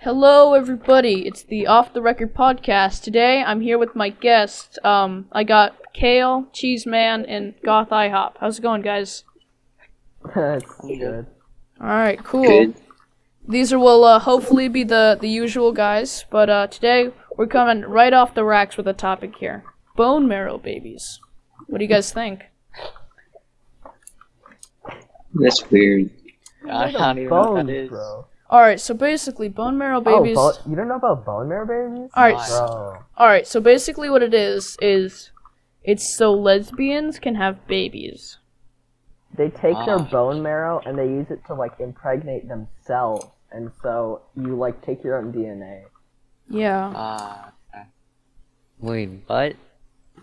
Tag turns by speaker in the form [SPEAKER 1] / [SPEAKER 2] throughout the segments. [SPEAKER 1] Hello, everybody. It's the Off the Record podcast. Today, I'm here with my guests. Um, I got Kale, Cheese Man, and Goth IHOP. How's it going, guys?
[SPEAKER 2] That's good.
[SPEAKER 1] All right, cool.
[SPEAKER 3] Good.
[SPEAKER 1] These are will uh, hopefully be the the usual guys, but uh, today we're coming right off the racks with a topic here: bone marrow babies. What do you guys think?
[SPEAKER 3] That's weird. I don't even know what
[SPEAKER 2] Bones,
[SPEAKER 3] that is.
[SPEAKER 2] bro.
[SPEAKER 1] All right, so basically, bone marrow babies.
[SPEAKER 2] Oh, bo- you don't know about bone marrow babies?
[SPEAKER 1] All right,
[SPEAKER 2] Bro.
[SPEAKER 1] All right, so basically what it is is it's so lesbians can have babies.
[SPEAKER 2] They take their
[SPEAKER 3] Ah.
[SPEAKER 2] bone marrow and they use it to like impregnate themselves, and so you like take your own DNA.
[SPEAKER 1] Yeah.
[SPEAKER 3] Ah. Wait, what?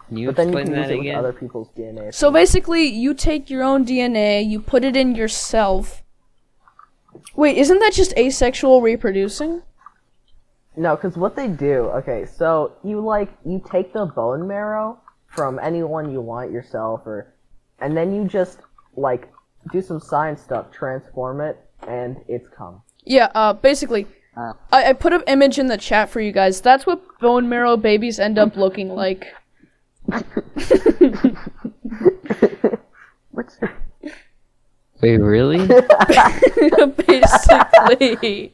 [SPEAKER 3] Can you
[SPEAKER 2] but then you
[SPEAKER 3] explain
[SPEAKER 2] can use
[SPEAKER 3] that
[SPEAKER 2] it with
[SPEAKER 3] again?
[SPEAKER 2] other people's DNA. if
[SPEAKER 1] So
[SPEAKER 2] you want.
[SPEAKER 1] basically you take your own DNA, you put it in yourself. Wait, isn't that just asexual reproducing?
[SPEAKER 2] No, because what they do, okay, so you like you take the bone marrow from anyone you want yourself, or, and then you just like do some science stuff, transform it, and it's come.
[SPEAKER 1] Yeah, uh basically
[SPEAKER 3] Ah.
[SPEAKER 1] I, I put an image in the chat for you guys. That's what bone marrow babies end up looking like.
[SPEAKER 2] What's
[SPEAKER 3] Wait, really?
[SPEAKER 1] basically.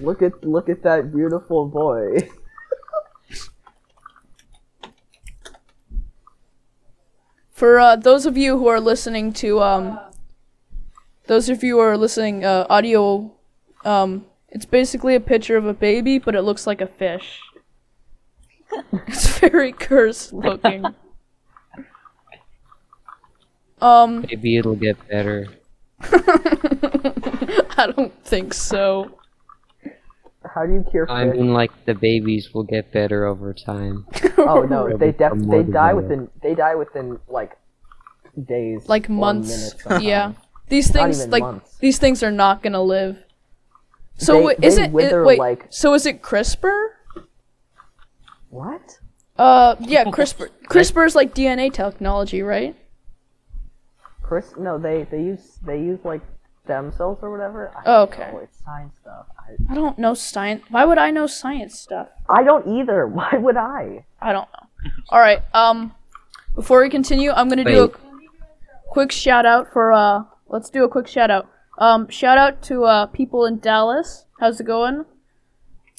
[SPEAKER 2] look at look at that beautiful boy.
[SPEAKER 1] for uh, those of you who are listening to um, those of you who are listening uh, audio um, it's basically a picture of a baby but it looks like a fish it's very cursed looking um
[SPEAKER 4] Maybe it'll get better.
[SPEAKER 1] i don't think so
[SPEAKER 2] How do you cure
[SPEAKER 4] I
[SPEAKER 2] fish?
[SPEAKER 4] mean, like the babies will get better over time.
[SPEAKER 2] Oh no, they def-
[SPEAKER 4] become
[SPEAKER 2] they
[SPEAKER 4] more
[SPEAKER 2] die
[SPEAKER 4] developed.
[SPEAKER 2] within they die within like days,
[SPEAKER 1] like
[SPEAKER 2] or
[SPEAKER 1] months
[SPEAKER 2] minutes sometimes.
[SPEAKER 1] yeah these
[SPEAKER 2] Not
[SPEAKER 1] things
[SPEAKER 2] even
[SPEAKER 1] like
[SPEAKER 2] months.
[SPEAKER 1] these things are not gonna live so
[SPEAKER 2] They-
[SPEAKER 1] wait,
[SPEAKER 2] they
[SPEAKER 1] is it,
[SPEAKER 2] wither
[SPEAKER 1] it wait
[SPEAKER 2] like-
[SPEAKER 1] so is it crispr
[SPEAKER 2] What?
[SPEAKER 1] Uh, yeah, CRISPR. CRISPR is like DNA technology, right?
[SPEAKER 2] Chris? No, they they use they use like stem cells or whatever. I
[SPEAKER 1] Oh,
[SPEAKER 2] don't
[SPEAKER 1] okay.
[SPEAKER 2] know, it's science stuff. I,
[SPEAKER 1] I don't know science. Why would I know science stuff?
[SPEAKER 2] I don't either. Why would I?
[SPEAKER 1] I don't know. All right. Um, before we continue, I'm gonna do a
[SPEAKER 4] Wait.
[SPEAKER 1] quick shout out for uh. Let's do a quick shout out. Um, shout out to uh people in Dallas. How's it going?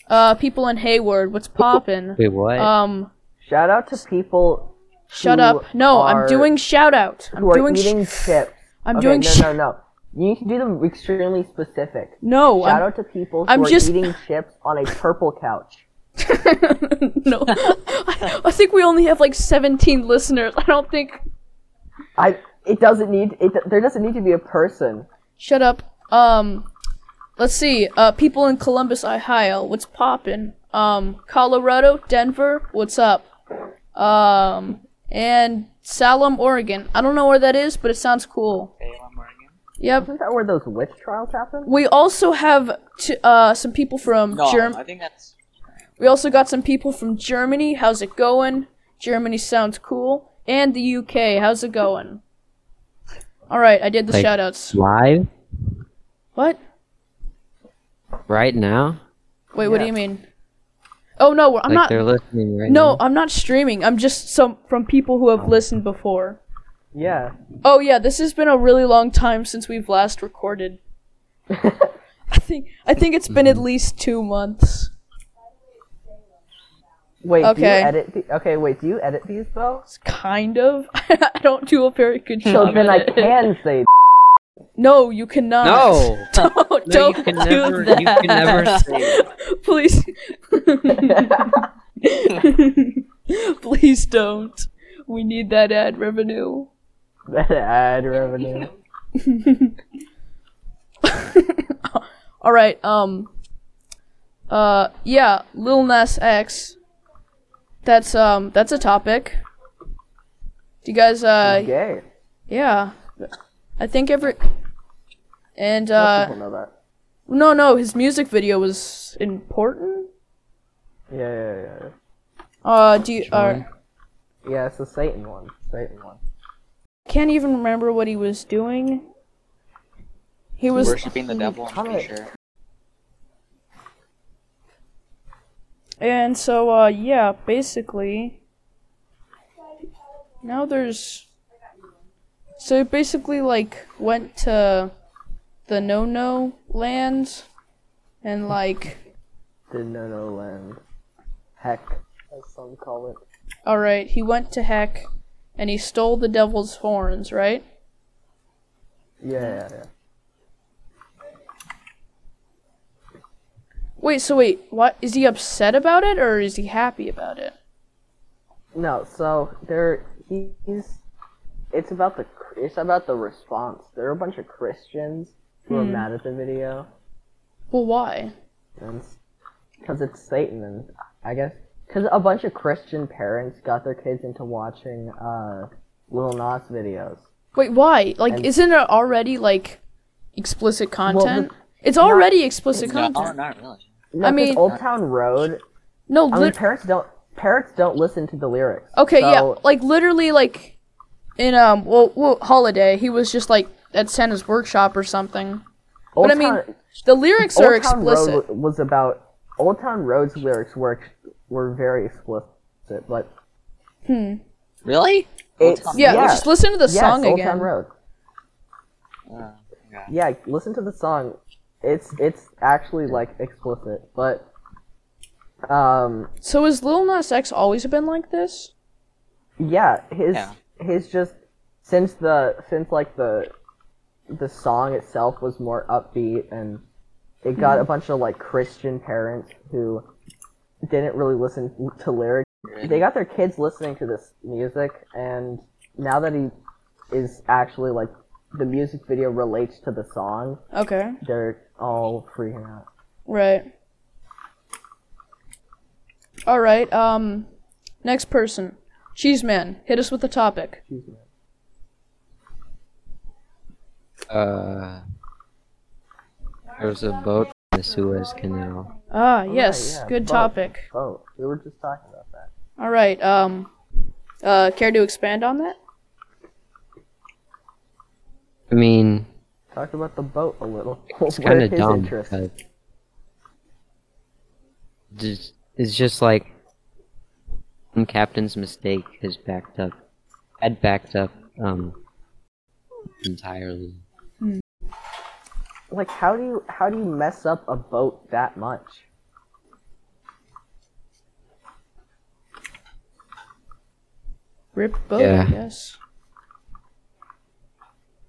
[SPEAKER 1] Uh, people in Hayward. What's poppin'?
[SPEAKER 4] Wait, what?
[SPEAKER 1] Um,
[SPEAKER 2] Shout out to people
[SPEAKER 1] shut
[SPEAKER 2] Who
[SPEAKER 1] up. No, I'm
[SPEAKER 2] are-
[SPEAKER 1] doing shout out. I'm
[SPEAKER 2] who are
[SPEAKER 1] doing. sh-
[SPEAKER 2] eating chips.
[SPEAKER 1] I'm
[SPEAKER 2] okay,
[SPEAKER 1] doing.
[SPEAKER 2] no,
[SPEAKER 1] sh-
[SPEAKER 2] no, no. You need to do them extremely specific.
[SPEAKER 1] no,
[SPEAKER 2] Shout
[SPEAKER 1] I'm
[SPEAKER 2] out to people who
[SPEAKER 1] I'm
[SPEAKER 2] are
[SPEAKER 1] just-
[SPEAKER 2] eating chips on a purple couch.
[SPEAKER 1] no. I, I think we only have like 17 listeners. I don't think.
[SPEAKER 2] I. It doesn't need. It. There doesn't need to be a person.
[SPEAKER 1] Shut up. Um, let's see. Uh, people in Columbus, Ohio. What's poppin'? Um, Colorado, Denver. What's up? Um, and Salem, Oregon. I don't know where that is, but it sounds cool. Yep.
[SPEAKER 2] Isn't that where those witch trials happen?
[SPEAKER 1] We also have t- uh, some people from
[SPEAKER 3] No,
[SPEAKER 1] Germany.
[SPEAKER 3] I think that's.
[SPEAKER 1] We also got some people from Germany. How's it going? Germany sounds cool. And the UK. How's it going? All right, I did the
[SPEAKER 4] Like-
[SPEAKER 1] shout outs.
[SPEAKER 4] Live
[SPEAKER 1] What?
[SPEAKER 4] right now?
[SPEAKER 1] Wait, what do
[SPEAKER 2] Yeah.
[SPEAKER 1] you mean? Oh no, we're- I'm not.
[SPEAKER 4] like mm-hmm. they're listening right
[SPEAKER 1] No,
[SPEAKER 4] now.
[SPEAKER 1] I'm not streaming. I'm just some from people who have listened before.
[SPEAKER 2] Yeah.
[SPEAKER 1] Oh yeah, this has been a really long time since we've last recorded. I think I think it's been at
[SPEAKER 4] Mm-hmm.
[SPEAKER 1] least two months.
[SPEAKER 2] Wait, do you
[SPEAKER 1] Okay.
[SPEAKER 2] edit the- okay, wait, do you edit these though?
[SPEAKER 1] It's kind of. I don't do a very good job.
[SPEAKER 2] So then
[SPEAKER 1] at
[SPEAKER 2] I
[SPEAKER 1] it.
[SPEAKER 2] can say
[SPEAKER 1] No, you cannot.
[SPEAKER 4] No!
[SPEAKER 1] don't
[SPEAKER 4] No, you
[SPEAKER 1] don't
[SPEAKER 4] can
[SPEAKER 1] do
[SPEAKER 4] never-
[SPEAKER 1] that.
[SPEAKER 4] you can never
[SPEAKER 1] Please. Please don't. We need that ad revenue.
[SPEAKER 2] ad revenue.
[SPEAKER 1] All right. Um. Uh. Yeah. Lil Nas X. That's um. That's a topic. Do you guys? Uh.
[SPEAKER 2] Gay.
[SPEAKER 1] Yeah. I think every. And
[SPEAKER 2] Most
[SPEAKER 1] uh.
[SPEAKER 2] people know that.
[SPEAKER 1] No, no. His music video was important.
[SPEAKER 2] Yeah, yeah, yeah, yeah.
[SPEAKER 1] Uh. Do you? Uh,
[SPEAKER 2] Yeah, it's the Satan one. Satan one.
[SPEAKER 1] Can't even remember what he was doing. He was
[SPEAKER 3] Worshipping the devil, I'm pretty
[SPEAKER 2] Kinda-
[SPEAKER 3] sure.
[SPEAKER 1] And so, uh, yeah, basically, now there's. So it basically, like, went to the no no lands and, like,
[SPEAKER 2] The no no land. Heck, as some call it.
[SPEAKER 1] alright, he went to heck and he stole the devil's horns, right?
[SPEAKER 2] Yeah, yeah, yeah.
[SPEAKER 1] Wait, so wait, what? Is he upset about it or is he happy about it?
[SPEAKER 2] No, so there he, he's. It's about the cr- it's about the response. There are a bunch of Christians who
[SPEAKER 1] Hmm.
[SPEAKER 2] are mad at the video,
[SPEAKER 1] Well, why?
[SPEAKER 2] and because it's Satan, and I guess because a bunch of Christian parents got their kids into watching uh, Lil Nas videos.
[SPEAKER 1] Wait, why? Like,
[SPEAKER 2] And-
[SPEAKER 1] isn't it already, like, explicit
[SPEAKER 2] the-
[SPEAKER 1] content? it's already explicit
[SPEAKER 3] No,
[SPEAKER 1] content.
[SPEAKER 3] not really.
[SPEAKER 2] No,
[SPEAKER 1] I
[SPEAKER 2] 'cause
[SPEAKER 1] mean-
[SPEAKER 2] Old Town Road.
[SPEAKER 1] No,
[SPEAKER 2] I
[SPEAKER 1] lit-
[SPEAKER 2] mean, parents don't parents don't listen to the lyrics.
[SPEAKER 1] Okay, yeah,
[SPEAKER 2] so-
[SPEAKER 1] like literally, like in um, well, well, holiday, he was just like at Santa's workshop or something.
[SPEAKER 2] Old
[SPEAKER 1] but I mean,
[SPEAKER 2] Town-
[SPEAKER 1] the lyrics are
[SPEAKER 2] Old Town
[SPEAKER 1] explicit.
[SPEAKER 2] Road was about Old Town Road's lyrics were were very explicit, but
[SPEAKER 3] Really?
[SPEAKER 2] it's,
[SPEAKER 1] yeah, just listen to the
[SPEAKER 2] yes,
[SPEAKER 1] song
[SPEAKER 2] Old
[SPEAKER 1] again.
[SPEAKER 2] Town Road.
[SPEAKER 5] Uh,
[SPEAKER 3] Oh, yeah.
[SPEAKER 2] Yeah, listen to the song. It's it's actually like explicit, but um,
[SPEAKER 1] So has Lil Nas X always been like this?
[SPEAKER 2] yeah, his
[SPEAKER 3] Yeah.
[SPEAKER 2] his just since the since like the the song itself was more upbeat and it got a bunch of like Christian parents who didn't really listen to lyrics. they got their kids listening to this music and now that he is actually like the music video relates to the song
[SPEAKER 1] Okay,
[SPEAKER 2] they're all freaking out
[SPEAKER 1] right. All right. Um, next person, Cheese Man, hit us with the topic.
[SPEAKER 4] Uh, there's a boat in the Suez Canal.
[SPEAKER 1] Ah, yes,
[SPEAKER 2] yeah,
[SPEAKER 1] good
[SPEAKER 2] both.
[SPEAKER 1] topic.
[SPEAKER 2] oh we were just talking about that
[SPEAKER 1] All right. Um, uh, care to expand on that?
[SPEAKER 4] I mean,
[SPEAKER 2] talked about the boat a little
[SPEAKER 4] it's kind of
[SPEAKER 2] his
[SPEAKER 4] dumb.
[SPEAKER 2] interest?
[SPEAKER 4] because Just, it's just like some captain's mistake has backed up, had backed up, um, entirely.
[SPEAKER 2] like how do you how do you mess up a boat that much
[SPEAKER 1] Rip boat,
[SPEAKER 4] Yeah.
[SPEAKER 1] I guess.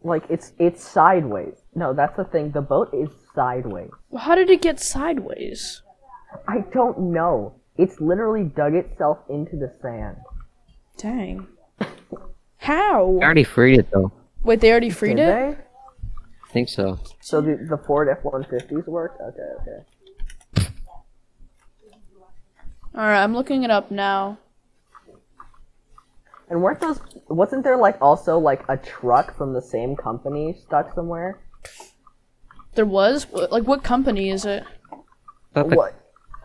[SPEAKER 2] like it's it's sideways no that's the thing the boat is sideways
[SPEAKER 1] Well, how did it get sideways?
[SPEAKER 2] i don't know it's literally dug itself into the sand
[SPEAKER 1] Dang. How?
[SPEAKER 4] I already freed it though.
[SPEAKER 1] Wait, they already freed
[SPEAKER 2] Did
[SPEAKER 1] it?
[SPEAKER 2] they?
[SPEAKER 4] I think so.
[SPEAKER 2] So the, the Ford F-150s work? Okay, okay.
[SPEAKER 1] Alright, I'm looking it up now.
[SPEAKER 2] And weren't those, wasn't there like also like a truck from the same company stuck somewhere?
[SPEAKER 1] There was? Wh- Like, what company is it?
[SPEAKER 4] Thought the-
[SPEAKER 2] What?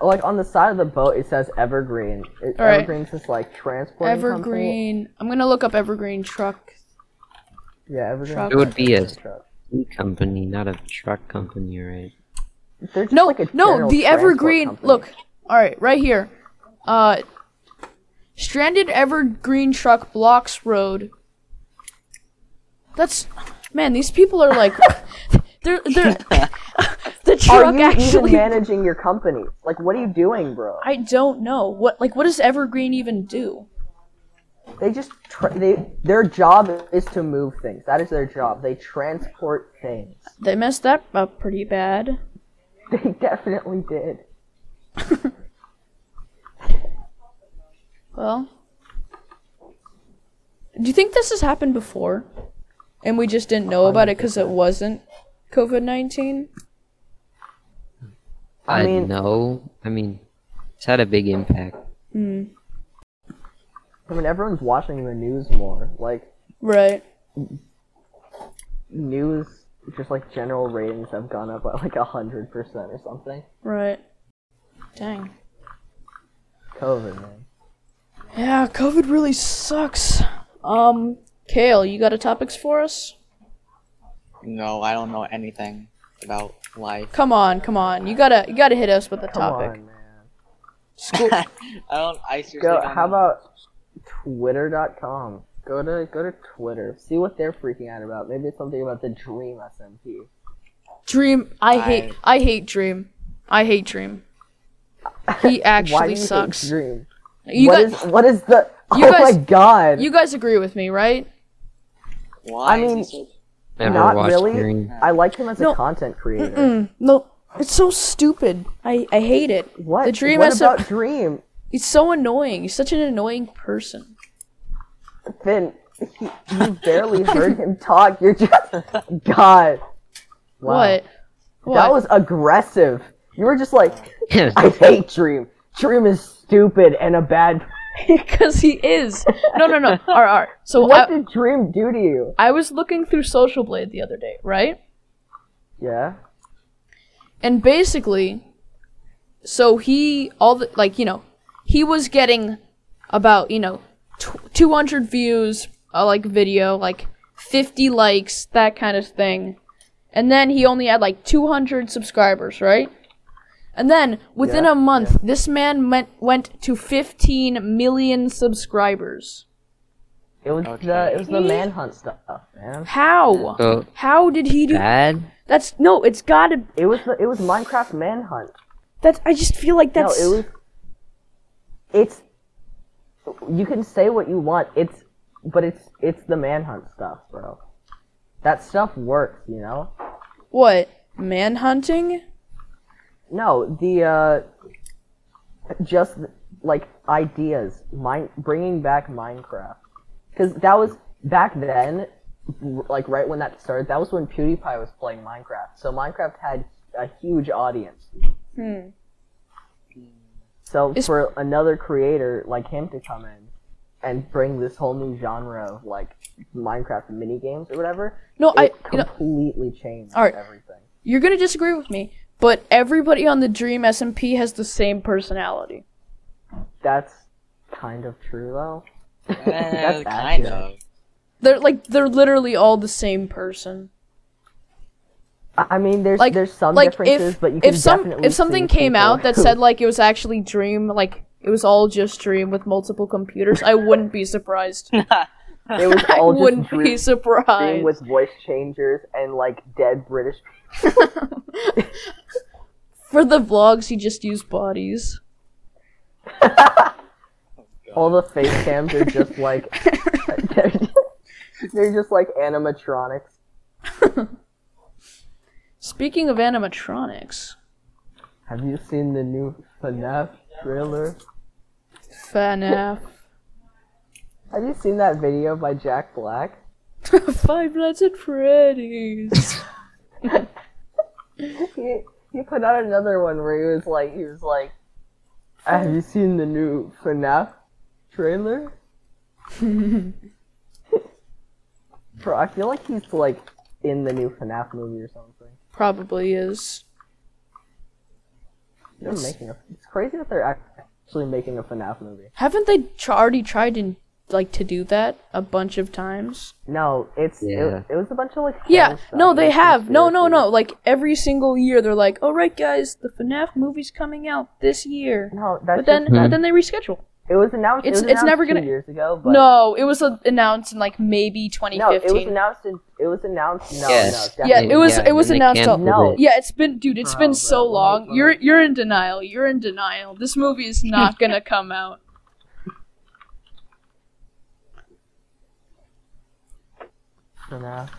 [SPEAKER 2] Like on the side of the boat it says Evergreen. It,
[SPEAKER 1] All right.
[SPEAKER 2] Evergreen's just like transporting company.
[SPEAKER 1] Evergreen. I'm gonna look up Evergreen Truck.
[SPEAKER 2] Yeah, Evergreen.
[SPEAKER 1] Truck.
[SPEAKER 4] It would be a
[SPEAKER 2] Truck.
[SPEAKER 4] food company, not a truck company, right?
[SPEAKER 2] They're just
[SPEAKER 1] No,
[SPEAKER 2] like a
[SPEAKER 1] no,
[SPEAKER 2] general
[SPEAKER 1] the
[SPEAKER 2] transport
[SPEAKER 1] Evergreen.
[SPEAKER 2] company.
[SPEAKER 1] Look, alright, right here. Uh, Stranded Evergreen Truck blocks road. That's. Man, these people are like. they're. they're the
[SPEAKER 2] Are
[SPEAKER 1] truck
[SPEAKER 2] you
[SPEAKER 1] actually.
[SPEAKER 2] even managing your company? Like, what are you doing, bro?
[SPEAKER 1] I don't know. What like what does Evergreen even do?
[SPEAKER 2] They just tra- they their job is to move things. That is their job. They transport things.
[SPEAKER 1] They messed that up pretty bad.
[SPEAKER 2] They definitely did.
[SPEAKER 1] Well, do you think this has happened before? And we just didn't know about it cuz it wasn't COVID-19?
[SPEAKER 2] I
[SPEAKER 4] I,
[SPEAKER 2] mean-
[SPEAKER 4] know. I mean, it's had a big impact.
[SPEAKER 2] I mean, everyone's watching the news more. Like,
[SPEAKER 1] Right.
[SPEAKER 2] news, just like general ratings have gone up by like 100% or something.
[SPEAKER 1] Right. Dang.
[SPEAKER 2] COVID, man.
[SPEAKER 1] Yeah, COVID really sucks. Um Kale, you got a topics for us?
[SPEAKER 5] No, I don't know anything about life.
[SPEAKER 1] Come on, come on. You gotta you gotta hit us with a
[SPEAKER 2] Come
[SPEAKER 1] topic.
[SPEAKER 2] on, man.
[SPEAKER 1] School.
[SPEAKER 5] I don't. I seriously
[SPEAKER 2] Go.
[SPEAKER 5] don't
[SPEAKER 2] How
[SPEAKER 5] know.
[SPEAKER 2] about Twitter.com? Go to go to Twitter. See what they're freaking out about. Maybe it's something about the Dream SMP.
[SPEAKER 1] Dream. I hate. I hate Dream. I hate Dream. He
[SPEAKER 2] Why do
[SPEAKER 1] actually
[SPEAKER 2] you hate
[SPEAKER 1] sucks.
[SPEAKER 2] Dream?
[SPEAKER 1] You
[SPEAKER 2] What
[SPEAKER 1] guys,
[SPEAKER 2] is- what is the?
[SPEAKER 1] you
[SPEAKER 2] oh
[SPEAKER 1] guys-
[SPEAKER 2] my god!
[SPEAKER 1] you guys agree with me, right?
[SPEAKER 5] Why
[SPEAKER 2] I
[SPEAKER 5] is he
[SPEAKER 2] mean-
[SPEAKER 5] so-
[SPEAKER 4] Never
[SPEAKER 2] Not
[SPEAKER 4] watched
[SPEAKER 2] really.
[SPEAKER 4] Hearing.
[SPEAKER 2] I like him as
[SPEAKER 1] No.
[SPEAKER 2] a content creator.
[SPEAKER 1] Mm, no, it's so stupid. I I hate it.
[SPEAKER 2] What?
[SPEAKER 1] The Dream
[SPEAKER 2] what
[SPEAKER 1] has a-
[SPEAKER 2] about Dream?
[SPEAKER 1] He's so annoying. He's such an annoying person.
[SPEAKER 2] Finn, he, you barely heard him talk. You're just God. Wow.
[SPEAKER 1] What? What?
[SPEAKER 2] That was aggressive. You were just like, I
[SPEAKER 4] I
[SPEAKER 2] hate Dream. Dream is stupid and a bad.
[SPEAKER 1] because he is. No, no, no. All right, all right. So uh,
[SPEAKER 2] What
[SPEAKER 1] I,
[SPEAKER 2] did Dream do to you?
[SPEAKER 1] I was looking through Social Blade the other day, right?
[SPEAKER 2] Yeah.
[SPEAKER 1] and basically so he all the like you know he was getting about you know tw- 200 views uh, like video like 50 likes that kind of thing and then he only had like 200 subscribers right and then within
[SPEAKER 2] Yeah,
[SPEAKER 1] a month this man went went to 15 million subscribers
[SPEAKER 2] It was the it was the manhunt stuff, man.
[SPEAKER 1] how
[SPEAKER 2] Uh,
[SPEAKER 4] so
[SPEAKER 1] how did he do
[SPEAKER 4] bad.
[SPEAKER 1] that's no it's gotta
[SPEAKER 2] It was the it was Minecraft manhunt.
[SPEAKER 1] that's i just feel like that's
[SPEAKER 2] No, it was. It's. You can say what you want. It's, but it's it's the manhunt stuff, bro. That stuff works, you know.
[SPEAKER 1] what manhunting
[SPEAKER 2] No, the uh, just like ideas, mine bringing back Minecraft, because that was back then, r- like right when that started. That was when PewDiePie was playing Minecraft, so Minecraft had a huge audience.
[SPEAKER 1] hmm
[SPEAKER 2] So
[SPEAKER 1] Is-
[SPEAKER 2] for another creator like him to come in and bring this whole new genre of like Minecraft mini games or whatever,
[SPEAKER 1] No, I.
[SPEAKER 2] it
[SPEAKER 1] You know,
[SPEAKER 2] completely changed
[SPEAKER 1] Alright.
[SPEAKER 2] everything.
[SPEAKER 1] you're gonna disagree with me, but everybody on the Dream SMP has the same personality.
[SPEAKER 2] That's kind of true though.
[SPEAKER 5] Eh,
[SPEAKER 2] That's
[SPEAKER 5] kind
[SPEAKER 2] accurate.
[SPEAKER 5] of.
[SPEAKER 1] They're like they're literally all the same person.
[SPEAKER 2] I I mean, there's
[SPEAKER 1] Like
[SPEAKER 2] there's some
[SPEAKER 1] like
[SPEAKER 2] differences,
[SPEAKER 1] if
[SPEAKER 2] but you can
[SPEAKER 1] if some
[SPEAKER 2] definitely
[SPEAKER 1] if something
[SPEAKER 2] see
[SPEAKER 1] came
[SPEAKER 2] people
[SPEAKER 1] out that
[SPEAKER 2] who-
[SPEAKER 1] said like it was actually Dream, like it was all just Dream with multiple computers, I wouldn't be surprised.
[SPEAKER 2] it was
[SPEAKER 1] I
[SPEAKER 2] all just
[SPEAKER 1] wouldn't
[SPEAKER 2] Drew
[SPEAKER 1] be surprised.
[SPEAKER 2] being with voice changers and like dead British.
[SPEAKER 1] For the vlogs, he just used bodies.
[SPEAKER 2] All the face cams are just like they're, they're just like animatronics.
[SPEAKER 1] Speaking of animatronics,
[SPEAKER 2] Have you seen the new FNAF trailer?
[SPEAKER 1] FNAF,
[SPEAKER 2] Have you seen that video by Jack Black?
[SPEAKER 1] Five Nights at Freddy's.
[SPEAKER 2] He he put out another one where he was like he was like, "Have you seen the new FNAF trailer?" Bro, I feel like he's like in the new FNAF movie or something.
[SPEAKER 1] Probably is.
[SPEAKER 2] They're making a, it's crazy that they're ac- actually making a FNAF movie.
[SPEAKER 1] Haven't they tr- already tried in like to do that a bunch of times?
[SPEAKER 2] No, it's
[SPEAKER 4] Yeah.
[SPEAKER 2] it, it was a bunch of like
[SPEAKER 1] Yeah,
[SPEAKER 2] fan stuff,
[SPEAKER 1] no, they
[SPEAKER 2] like,
[SPEAKER 1] have. No, no,
[SPEAKER 2] conspiracy.
[SPEAKER 1] no. Like every single year, they're like, "All right, guys, the FNAF movie's coming out this year,"
[SPEAKER 2] No, that's
[SPEAKER 1] but then
[SPEAKER 2] just,
[SPEAKER 1] but then they reschedule.
[SPEAKER 2] it was announced.
[SPEAKER 1] it's-
[SPEAKER 2] it was
[SPEAKER 1] it's never
[SPEAKER 2] announced two
[SPEAKER 1] gonna-
[SPEAKER 2] years ago. But
[SPEAKER 1] no, it was uh, announced in like maybe
[SPEAKER 2] No, it was
[SPEAKER 1] 2015.
[SPEAKER 2] announced. In, it was announced. No,
[SPEAKER 4] Yes.
[SPEAKER 2] no,
[SPEAKER 1] Yeah,
[SPEAKER 2] definitely
[SPEAKER 1] it was-
[SPEAKER 2] not.
[SPEAKER 1] it was
[SPEAKER 4] and they
[SPEAKER 1] announced a-
[SPEAKER 4] canceled
[SPEAKER 2] No.
[SPEAKER 4] it.
[SPEAKER 1] yeah, it's been, dude. It's
[SPEAKER 2] Bro,
[SPEAKER 1] been so
[SPEAKER 2] bro,
[SPEAKER 1] long.
[SPEAKER 2] bro.
[SPEAKER 1] You're you're in denial. You're in denial. This movie is not gonna come out.
[SPEAKER 2] FNAF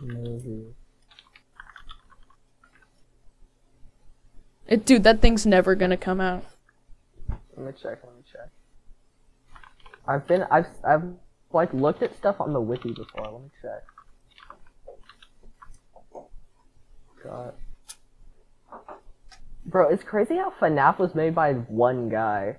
[SPEAKER 2] movie.
[SPEAKER 1] It, dude, that thing's never gonna come out.
[SPEAKER 2] Let me check. Let me check. I've been. I've. I've like looked at stuff on the wiki before. Let me check. God. Bro, it's crazy how FNAF was made by one guy.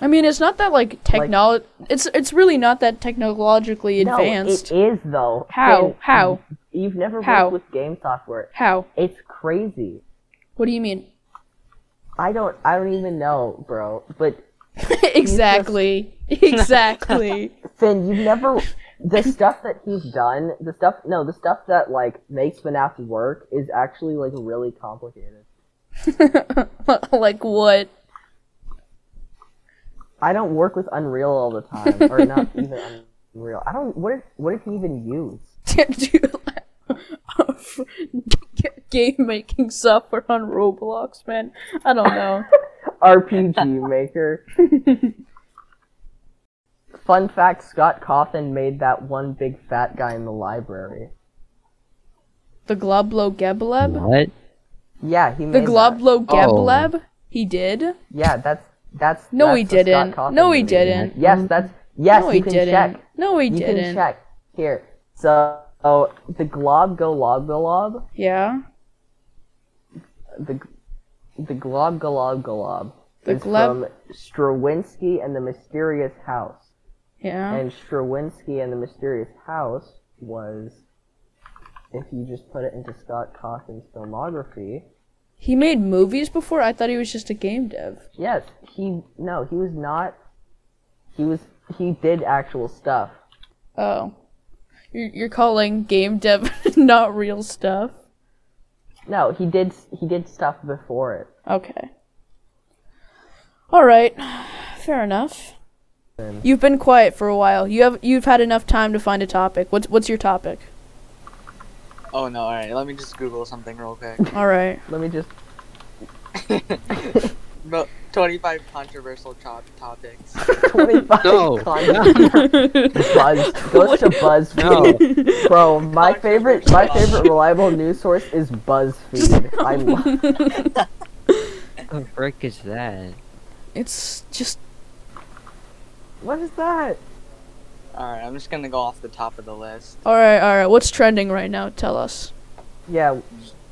[SPEAKER 1] I mean, it's not that like technol. it's it's really not that technologically advanced.
[SPEAKER 2] No, it is though.
[SPEAKER 1] How?
[SPEAKER 2] Finn,
[SPEAKER 1] How?
[SPEAKER 2] You've never
[SPEAKER 1] How?
[SPEAKER 2] worked with game software.
[SPEAKER 1] How?
[SPEAKER 2] It's crazy.
[SPEAKER 1] What do you mean?
[SPEAKER 2] I don't. I don't even know, bro. But
[SPEAKER 1] exactly. Exactly.
[SPEAKER 2] Finn, you've never the stuff that he's done, the stuff no, the stuff that like makes FNAF work is actually like really complicated.
[SPEAKER 1] like what?
[SPEAKER 2] I don't work with Unreal all the time, or not even Unreal. I don't. What did what did he even use?
[SPEAKER 1] Dude, game making software on Roblox, man. I don't know.
[SPEAKER 2] RPG Maker. Fun fact: Scott Coffin made that one big fat guy in the library.
[SPEAKER 1] The Globlo Gebleb?
[SPEAKER 4] What?
[SPEAKER 2] Yeah, he
[SPEAKER 1] The
[SPEAKER 2] made That. Oh.
[SPEAKER 1] Globlo Gebleb? He did?
[SPEAKER 2] Yeah, that's that's.
[SPEAKER 1] No,
[SPEAKER 2] that's
[SPEAKER 1] he
[SPEAKER 2] the Scott
[SPEAKER 1] didn't.
[SPEAKER 2] Coffin
[SPEAKER 1] No, he
[SPEAKER 2] movie.
[SPEAKER 1] didn't.
[SPEAKER 2] Yes, that's yes.
[SPEAKER 1] no,
[SPEAKER 2] you
[SPEAKER 1] he
[SPEAKER 2] can
[SPEAKER 1] didn't.
[SPEAKER 2] check.
[SPEAKER 1] No, he
[SPEAKER 2] you can
[SPEAKER 1] didn't.
[SPEAKER 2] check here. So oh, the glob go lob go lob
[SPEAKER 1] Yeah.
[SPEAKER 2] the the glob go lob go lob
[SPEAKER 1] The
[SPEAKER 2] is
[SPEAKER 1] glob-
[SPEAKER 2] from Strawinsky and the Mysterious House,
[SPEAKER 1] Yeah.
[SPEAKER 2] and Strawinsky and the Mysterious House was if you just put it into Scott Cawthon's filmography.
[SPEAKER 1] He made movies before? I thought he was just a game dev.
[SPEAKER 2] Yes, he no, he was not. He was he did actual stuff.
[SPEAKER 1] Oh. You're, you're calling game dev not real stuff?
[SPEAKER 2] No, he did he did stuff before it.
[SPEAKER 1] Okay. All right. Fair enough. You've been quiet for a while. You have you've had enough time to find a topic. What's what's your topic?
[SPEAKER 5] Oh no, alright, let me just Google something real quick.
[SPEAKER 1] All right.
[SPEAKER 2] Let me just
[SPEAKER 5] About 25 controversial top- topics.
[SPEAKER 2] 25
[SPEAKER 4] No.
[SPEAKER 2] condoms. Buzz goes to BuzzFeed. Bro, my favorite my favorite reliable news source is BuzzFeed. I love
[SPEAKER 4] What the frick is that?
[SPEAKER 1] It's just
[SPEAKER 2] What is that?
[SPEAKER 5] Alright, I'm just gonna go off the top of the list.
[SPEAKER 1] All right, all right. What's trending right now? Tell us.
[SPEAKER 2] Yeah,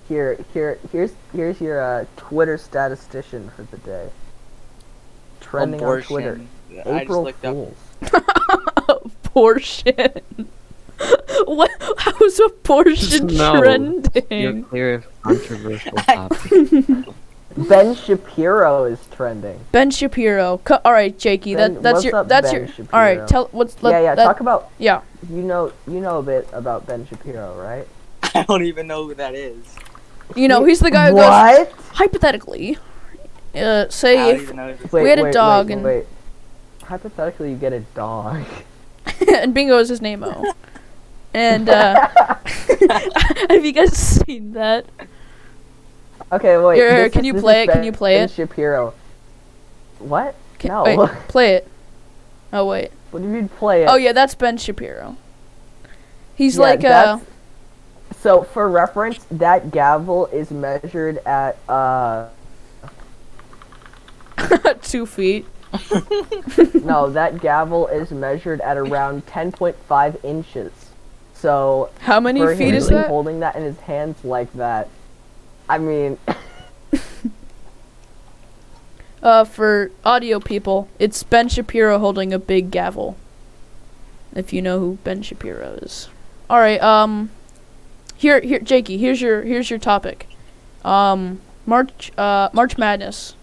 [SPEAKER 2] here here here's here's your uh, Twitter statistician for the day. Trending
[SPEAKER 5] Abortion.
[SPEAKER 2] on Twitter.
[SPEAKER 5] Yeah, I just
[SPEAKER 2] April
[SPEAKER 5] looked up.
[SPEAKER 2] Fools.
[SPEAKER 1] Abortion. what? How's abortion
[SPEAKER 4] No. You're
[SPEAKER 1] trending?
[SPEAKER 4] clear of controversial topics.
[SPEAKER 2] Ben Shapiro is trending.
[SPEAKER 1] Ben Shapiro. Co- all right, Jakey.
[SPEAKER 2] Ben-
[SPEAKER 1] that, that's
[SPEAKER 2] what's
[SPEAKER 1] your.
[SPEAKER 2] up,
[SPEAKER 1] that's
[SPEAKER 2] Ben
[SPEAKER 1] your. All right.
[SPEAKER 2] Shapiro?
[SPEAKER 1] Tell what's. Let,
[SPEAKER 2] yeah, yeah.
[SPEAKER 1] that-
[SPEAKER 2] talk about
[SPEAKER 1] yeah.
[SPEAKER 2] you know you know a bit about Ben Shapiro, right?
[SPEAKER 5] I don't even know who that is.
[SPEAKER 1] You know, he's the guy who goes.
[SPEAKER 2] what?
[SPEAKER 1] Hypothetically, uh,
[SPEAKER 5] I
[SPEAKER 1] say
[SPEAKER 5] don't
[SPEAKER 1] if
[SPEAKER 5] even know who this
[SPEAKER 1] We had a dog
[SPEAKER 2] wait,
[SPEAKER 1] and-
[SPEAKER 2] wait. hypothetically you get a dog.
[SPEAKER 1] and Bingo is his name O. And uh, have you guys seen that?
[SPEAKER 2] Okay, wait.
[SPEAKER 1] Here, here,
[SPEAKER 2] this
[SPEAKER 1] can
[SPEAKER 2] is-
[SPEAKER 1] you
[SPEAKER 2] this is
[SPEAKER 1] play it? Can you play
[SPEAKER 2] Ben
[SPEAKER 1] it?
[SPEAKER 2] Shapiro. What?
[SPEAKER 1] Ca-
[SPEAKER 2] no.
[SPEAKER 1] wait, play it. Oh wait.
[SPEAKER 2] what do you mean play it?
[SPEAKER 1] Oh yeah, that's Ben Shapiro. He's
[SPEAKER 2] Yeah,
[SPEAKER 1] like uh,
[SPEAKER 2] that's- So for reference, that gavel is measured at uh
[SPEAKER 1] two feet.
[SPEAKER 2] no, that gavel is measured at around 10.5 inches. So
[SPEAKER 1] How many
[SPEAKER 2] for
[SPEAKER 1] feet
[SPEAKER 2] him
[SPEAKER 1] is
[SPEAKER 2] to be
[SPEAKER 1] that?
[SPEAKER 2] holding that in his hands like that, I mean,
[SPEAKER 1] Uh, for audio people, it's Ben Shapiro holding a big gavel. If you know who Ben Shapiro is. All right. Um, here, here, Jakey. Here's your here's your topic. Um, March uh March Madness.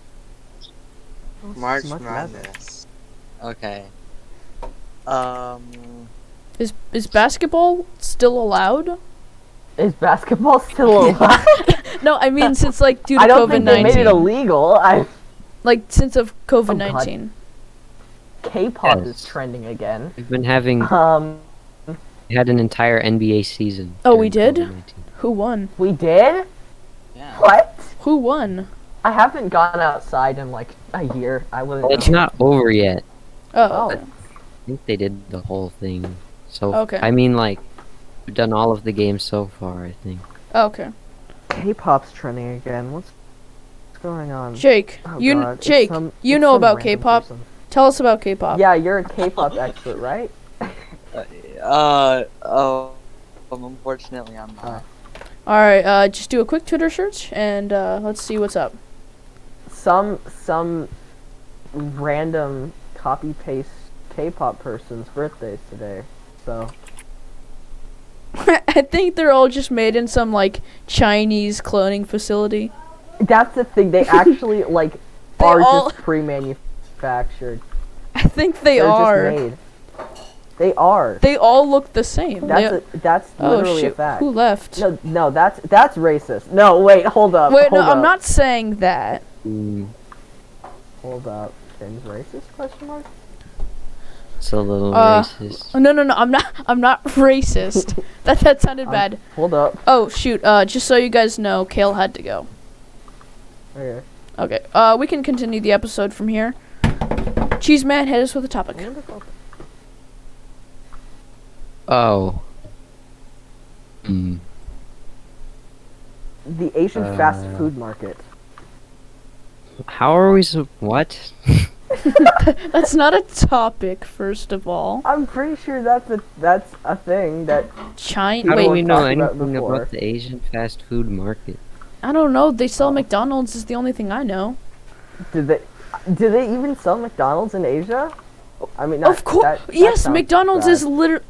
[SPEAKER 5] March
[SPEAKER 2] March
[SPEAKER 5] Madness. Okay. Um.
[SPEAKER 1] Is is basketball still allowed?
[SPEAKER 2] is basketball still alive?
[SPEAKER 1] No, I mean since like due to
[SPEAKER 2] I don't
[SPEAKER 1] COVID
[SPEAKER 2] think they made Oh, it
[SPEAKER 1] nineteen.
[SPEAKER 2] illegal. I
[SPEAKER 1] Like since of COVID nineteen.
[SPEAKER 2] K-pop
[SPEAKER 4] Yes.
[SPEAKER 2] is trending again.
[SPEAKER 4] We've been having
[SPEAKER 1] Uh-huh.
[SPEAKER 2] Um,
[SPEAKER 4] had an entire NBA season.
[SPEAKER 1] Oh, we
[SPEAKER 4] during
[SPEAKER 1] did?
[SPEAKER 4] COVID-19.
[SPEAKER 1] Who won?
[SPEAKER 2] we did?
[SPEAKER 5] Yeah.
[SPEAKER 2] What?
[SPEAKER 1] Who won?
[SPEAKER 2] I haven't gone outside in like a year. I wouldn't.
[SPEAKER 4] It's
[SPEAKER 2] know.
[SPEAKER 4] not over yet.
[SPEAKER 1] Oh,
[SPEAKER 2] Oh.
[SPEAKER 4] I think they did the whole thing. So
[SPEAKER 1] Okay.
[SPEAKER 4] I mean, like, we've done all of the games so far. I think.
[SPEAKER 1] Oh, okay.
[SPEAKER 2] K-pop's trending again. What's what's going on?
[SPEAKER 1] Jake,
[SPEAKER 2] Oh
[SPEAKER 1] you kn-
[SPEAKER 2] God, it's
[SPEAKER 1] Jake,
[SPEAKER 2] some-
[SPEAKER 1] you
[SPEAKER 2] it's
[SPEAKER 1] know
[SPEAKER 2] some
[SPEAKER 1] about
[SPEAKER 2] random
[SPEAKER 1] K-pop. Oh.
[SPEAKER 2] person.
[SPEAKER 1] Tell us about K-pop.
[SPEAKER 2] Yeah, you're a K-pop expert, right?
[SPEAKER 5] Uh. Oh. um, unfortunately, I'm not.
[SPEAKER 2] Uh.
[SPEAKER 1] All right, uh, just do a quick Twitter search and uh, let's see what's up.
[SPEAKER 2] Some some random copy paste K-pop person's birthdays today. So
[SPEAKER 1] I think they're all just made in some like Chinese cloning facility.
[SPEAKER 2] that's the thing. They actually like
[SPEAKER 1] They
[SPEAKER 2] are
[SPEAKER 1] all-
[SPEAKER 2] just pre-manufactured.
[SPEAKER 1] I think they
[SPEAKER 2] They're
[SPEAKER 1] are.
[SPEAKER 2] just made. They are.
[SPEAKER 1] They all look the same.
[SPEAKER 2] That's
[SPEAKER 1] They-
[SPEAKER 2] a, that's
[SPEAKER 1] oh
[SPEAKER 2] literally a
[SPEAKER 1] shoot!
[SPEAKER 2] fact.
[SPEAKER 1] Who left?
[SPEAKER 2] No, no, that's that's racist. No, wait, hold up.
[SPEAKER 1] Wait, no,
[SPEAKER 2] hold
[SPEAKER 1] I'm
[SPEAKER 2] up.
[SPEAKER 1] not saying that.
[SPEAKER 4] Mm,
[SPEAKER 2] Hold up. Ben's racist? Question mark.
[SPEAKER 4] it's a little
[SPEAKER 1] Uh,
[SPEAKER 4] racist.
[SPEAKER 1] Oh, no, no, no, I'm not. I'm not racist. that that sounded
[SPEAKER 2] I'm-
[SPEAKER 1] bad.
[SPEAKER 2] Hold up.
[SPEAKER 1] Oh shoot! Uh, just so you guys know, Kale had to go.
[SPEAKER 2] Okay.
[SPEAKER 1] Okay. Uh, we can continue the episode from here. Cheese man, hit us with a topic.
[SPEAKER 4] Oh. Hmm.
[SPEAKER 2] The Asian fast
[SPEAKER 4] Uh,
[SPEAKER 2] food market.
[SPEAKER 4] How are we? So- what?
[SPEAKER 1] That's not a topic, first of all.
[SPEAKER 2] I'm pretty sure that's a that's a thing that
[SPEAKER 1] China.
[SPEAKER 4] How
[SPEAKER 1] Wait,
[SPEAKER 4] do we know
[SPEAKER 2] talked about it
[SPEAKER 4] anything
[SPEAKER 2] before.
[SPEAKER 4] about the Asian fast food market?
[SPEAKER 1] I don't know. They sell McDonald's is the only thing I know.
[SPEAKER 2] do they do they even sell McDonald's in Asia? I mean, not,
[SPEAKER 1] of course.
[SPEAKER 2] that- that
[SPEAKER 1] yes,
[SPEAKER 2] sounds
[SPEAKER 1] McDonald's
[SPEAKER 2] bad.
[SPEAKER 1] is literally.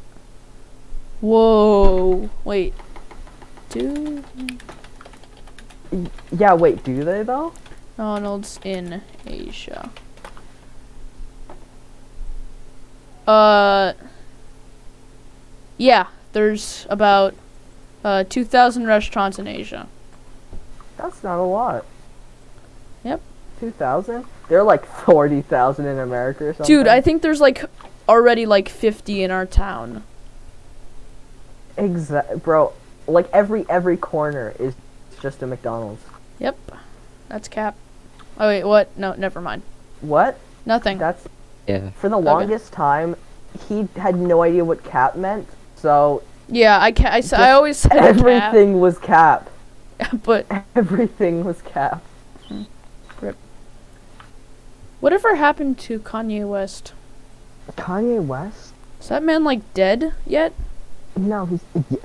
[SPEAKER 1] Whoa. Wait. Do
[SPEAKER 2] Yeah, wait, do they though?
[SPEAKER 1] McDonald's in Asia? Uh. Yeah, there's about uh 2,000 restaurants in Asia.
[SPEAKER 2] That's not a lot.
[SPEAKER 1] Yep.
[SPEAKER 2] Two thousand? They're like forty thousand in America or something.
[SPEAKER 1] Dude, I think there's like already like 50 in our town.
[SPEAKER 2] Exa- bro, like every every corner is just a McDonald's.
[SPEAKER 1] Yep. That's cap. Oh wait, what? No, never mind.
[SPEAKER 2] What?
[SPEAKER 1] Nothing.
[SPEAKER 2] That's
[SPEAKER 4] Yeah.
[SPEAKER 2] for the longest time. He had no idea what cap meant, so
[SPEAKER 1] Yeah, I ca- I, s- I always said everything,
[SPEAKER 2] everything was cap.
[SPEAKER 1] but
[SPEAKER 2] Everything was cap.
[SPEAKER 1] whatever happened to Kanye West?
[SPEAKER 2] Kanye West?
[SPEAKER 1] Is that man like dead yet?
[SPEAKER 2] No, he's. y-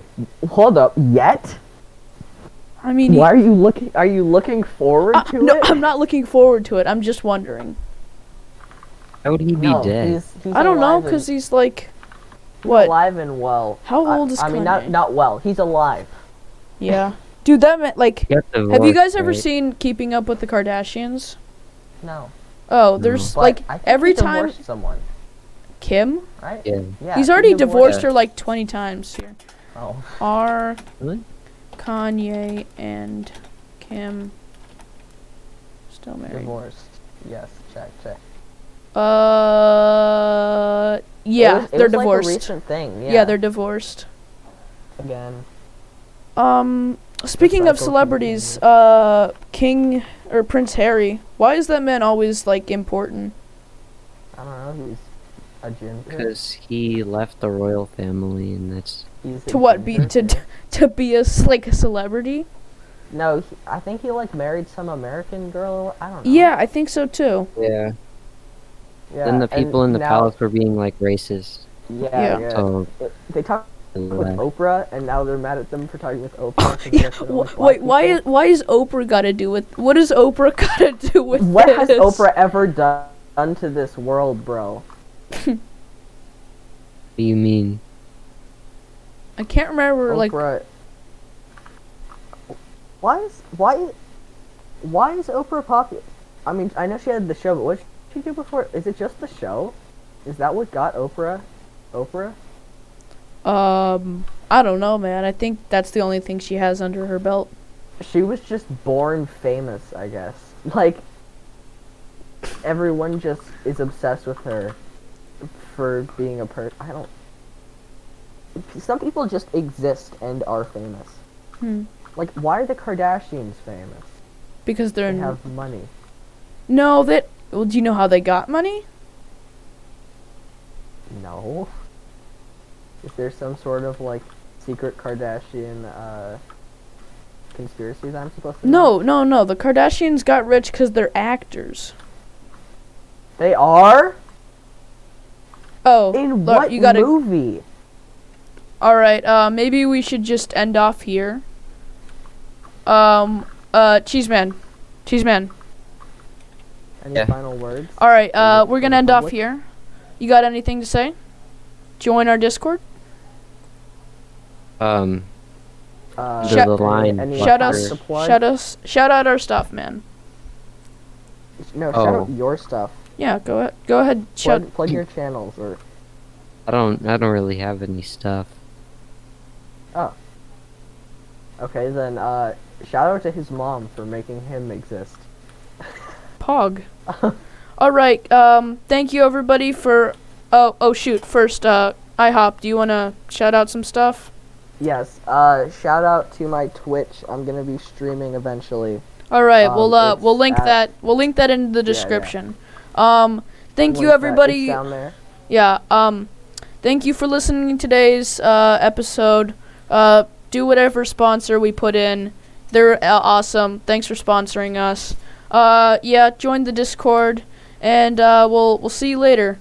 [SPEAKER 2] Hold up, yet?
[SPEAKER 1] I mean, he-
[SPEAKER 2] Why are you looking? Are you looking forward
[SPEAKER 1] Uh,
[SPEAKER 2] to
[SPEAKER 1] no,
[SPEAKER 2] it?
[SPEAKER 1] I'm not looking forward to it. I'm just wondering.
[SPEAKER 4] How would he be
[SPEAKER 2] No,
[SPEAKER 4] dead?
[SPEAKER 2] he's- he's
[SPEAKER 1] I don't know
[SPEAKER 2] alive and-
[SPEAKER 1] because he's like,
[SPEAKER 2] he's
[SPEAKER 1] what?
[SPEAKER 2] alive and well.
[SPEAKER 1] How
[SPEAKER 2] I-
[SPEAKER 1] old is
[SPEAKER 2] I mean, not
[SPEAKER 1] Kanye?
[SPEAKER 2] not well. He's alive.
[SPEAKER 1] Yeah, dude, that meant like.
[SPEAKER 4] He got
[SPEAKER 1] Have you
[SPEAKER 4] divorced,
[SPEAKER 1] guys ever
[SPEAKER 4] right?
[SPEAKER 1] seen Keeping Up with the Kardashians?
[SPEAKER 2] No,
[SPEAKER 1] Oh, there's
[SPEAKER 2] but
[SPEAKER 1] like
[SPEAKER 2] I think
[SPEAKER 1] every
[SPEAKER 2] he
[SPEAKER 1] time
[SPEAKER 2] divorced someone,
[SPEAKER 1] Kim.
[SPEAKER 2] right?
[SPEAKER 4] Yeah.
[SPEAKER 2] Yeah,
[SPEAKER 1] he's
[SPEAKER 2] he
[SPEAKER 1] already divorced
[SPEAKER 4] her.
[SPEAKER 1] her like 20 times here.
[SPEAKER 2] Oh,
[SPEAKER 1] Are
[SPEAKER 4] Really?
[SPEAKER 1] Kanye and Kim still married?
[SPEAKER 2] divorced. Yes, check check.
[SPEAKER 1] Uh, yeah,
[SPEAKER 2] It was-
[SPEAKER 1] they're
[SPEAKER 2] it was, like, a
[SPEAKER 1] divorced.
[SPEAKER 2] recent thing. Yeah.
[SPEAKER 1] yeah. they're divorced.
[SPEAKER 2] again.
[SPEAKER 1] Um, speaking of
[SPEAKER 2] cycle
[SPEAKER 1] celebrities, uh, King or Prince Harry. Why is that man always like important?
[SPEAKER 2] I don't know. He's a ginger.
[SPEAKER 4] Because he left the royal family, and that's
[SPEAKER 2] He's a
[SPEAKER 1] To what be
[SPEAKER 2] ginger.
[SPEAKER 1] to to be a s- like a celebrity?
[SPEAKER 2] Uh-huh. No, he, I think he like married some American girl. I don't know.
[SPEAKER 1] Yeah, I think so too.
[SPEAKER 4] yeah.
[SPEAKER 2] Yeah,
[SPEAKER 4] then the
[SPEAKER 2] and
[SPEAKER 4] people in the
[SPEAKER 2] now-
[SPEAKER 4] palace were being like racist.
[SPEAKER 2] Yeah,
[SPEAKER 1] Yeah.
[SPEAKER 2] yeah.
[SPEAKER 4] So
[SPEAKER 2] It- they talked
[SPEAKER 4] they
[SPEAKER 2] with
[SPEAKER 4] left.
[SPEAKER 2] Oprah, and now they're mad at them for talking with Oprah. 'cause
[SPEAKER 1] Yeah,
[SPEAKER 2] they're so,
[SPEAKER 1] wh-
[SPEAKER 2] like, black
[SPEAKER 1] wait, why
[SPEAKER 2] people.
[SPEAKER 1] is why is Oprah got to do with what is Oprah got to do with
[SPEAKER 2] What has
[SPEAKER 1] this?
[SPEAKER 2] Oprah ever done, done to this world, bro?
[SPEAKER 4] What do you mean?
[SPEAKER 1] I can't remember. Like,
[SPEAKER 2] Oprah. Why is why why is Oprah popular? I mean, I know she had the show, but what did she do before? Is it just the show? Is that what got Oprah? Oprah?
[SPEAKER 1] um, I don't know, man. I think that's the only thing she has under her belt.
[SPEAKER 2] She was just born famous, I guess. Like everyone just is obsessed with her for being a person. I don't. Some people just exist and are famous.
[SPEAKER 1] Hmm.
[SPEAKER 2] Like, why are the Kardashians famous?
[SPEAKER 1] Because they're
[SPEAKER 2] They
[SPEAKER 1] in-
[SPEAKER 2] have money.
[SPEAKER 1] no that. Well, do you know how they got money?
[SPEAKER 2] No. Is there some sort of like secret Kardashian uh, conspiracy that I'm supposed to? know?
[SPEAKER 1] No, no, no. The Kardashians got rich because they're actors.
[SPEAKER 2] They are
[SPEAKER 1] Oh,
[SPEAKER 2] in
[SPEAKER 1] Lar-
[SPEAKER 2] what
[SPEAKER 1] you gotta.
[SPEAKER 2] movie?
[SPEAKER 1] All right. Uh, maybe we should just end off here. Um. Uh, cheese man, cheese man.
[SPEAKER 2] Any
[SPEAKER 4] Yeah.
[SPEAKER 2] final words?
[SPEAKER 1] All right. Uh,
[SPEAKER 2] the-
[SPEAKER 1] we're
[SPEAKER 2] for
[SPEAKER 1] gonna
[SPEAKER 2] the
[SPEAKER 1] end off
[SPEAKER 2] public?
[SPEAKER 1] here. You got anything to say? Join our Discord.
[SPEAKER 4] Um,
[SPEAKER 2] Uh,
[SPEAKER 1] Shout-
[SPEAKER 4] the line
[SPEAKER 2] any
[SPEAKER 4] Shout
[SPEAKER 1] shout
[SPEAKER 4] out
[SPEAKER 1] us.
[SPEAKER 2] to plug?
[SPEAKER 1] Shout us. Shout out our stuff, man.
[SPEAKER 2] No, shout
[SPEAKER 4] Oh.
[SPEAKER 2] out your stuff.
[SPEAKER 1] Yeah. Go ahead. Go ahead. Shout.
[SPEAKER 2] Plug, plug your channels or
[SPEAKER 4] I don't. I don't really have any stuff.
[SPEAKER 2] Okay, then uh, shout out to his mom for making him exist.
[SPEAKER 1] Pog. All right. Um, thank you everybody for. Oh, oh shoot. First, uh, IHOP. Do you wanna shout out some stuff?
[SPEAKER 2] Yes. Uh, shout out to my Twitch. I'm gonna be streaming eventually.
[SPEAKER 1] All right.
[SPEAKER 2] Um,
[SPEAKER 1] we'll uh,
[SPEAKER 2] it's
[SPEAKER 1] we'll link
[SPEAKER 2] at-
[SPEAKER 1] that. We'll link that in the
[SPEAKER 2] yeah.
[SPEAKER 1] description. Um, thank you
[SPEAKER 2] Link that- it's
[SPEAKER 1] everybody.
[SPEAKER 2] Down there.
[SPEAKER 1] yeah um thank you for listening to today's uh episode uh do whatever sponsor we put in they're uh, awesome thanks for sponsoring us uh yeah join the discord and uh we'll we'll see you later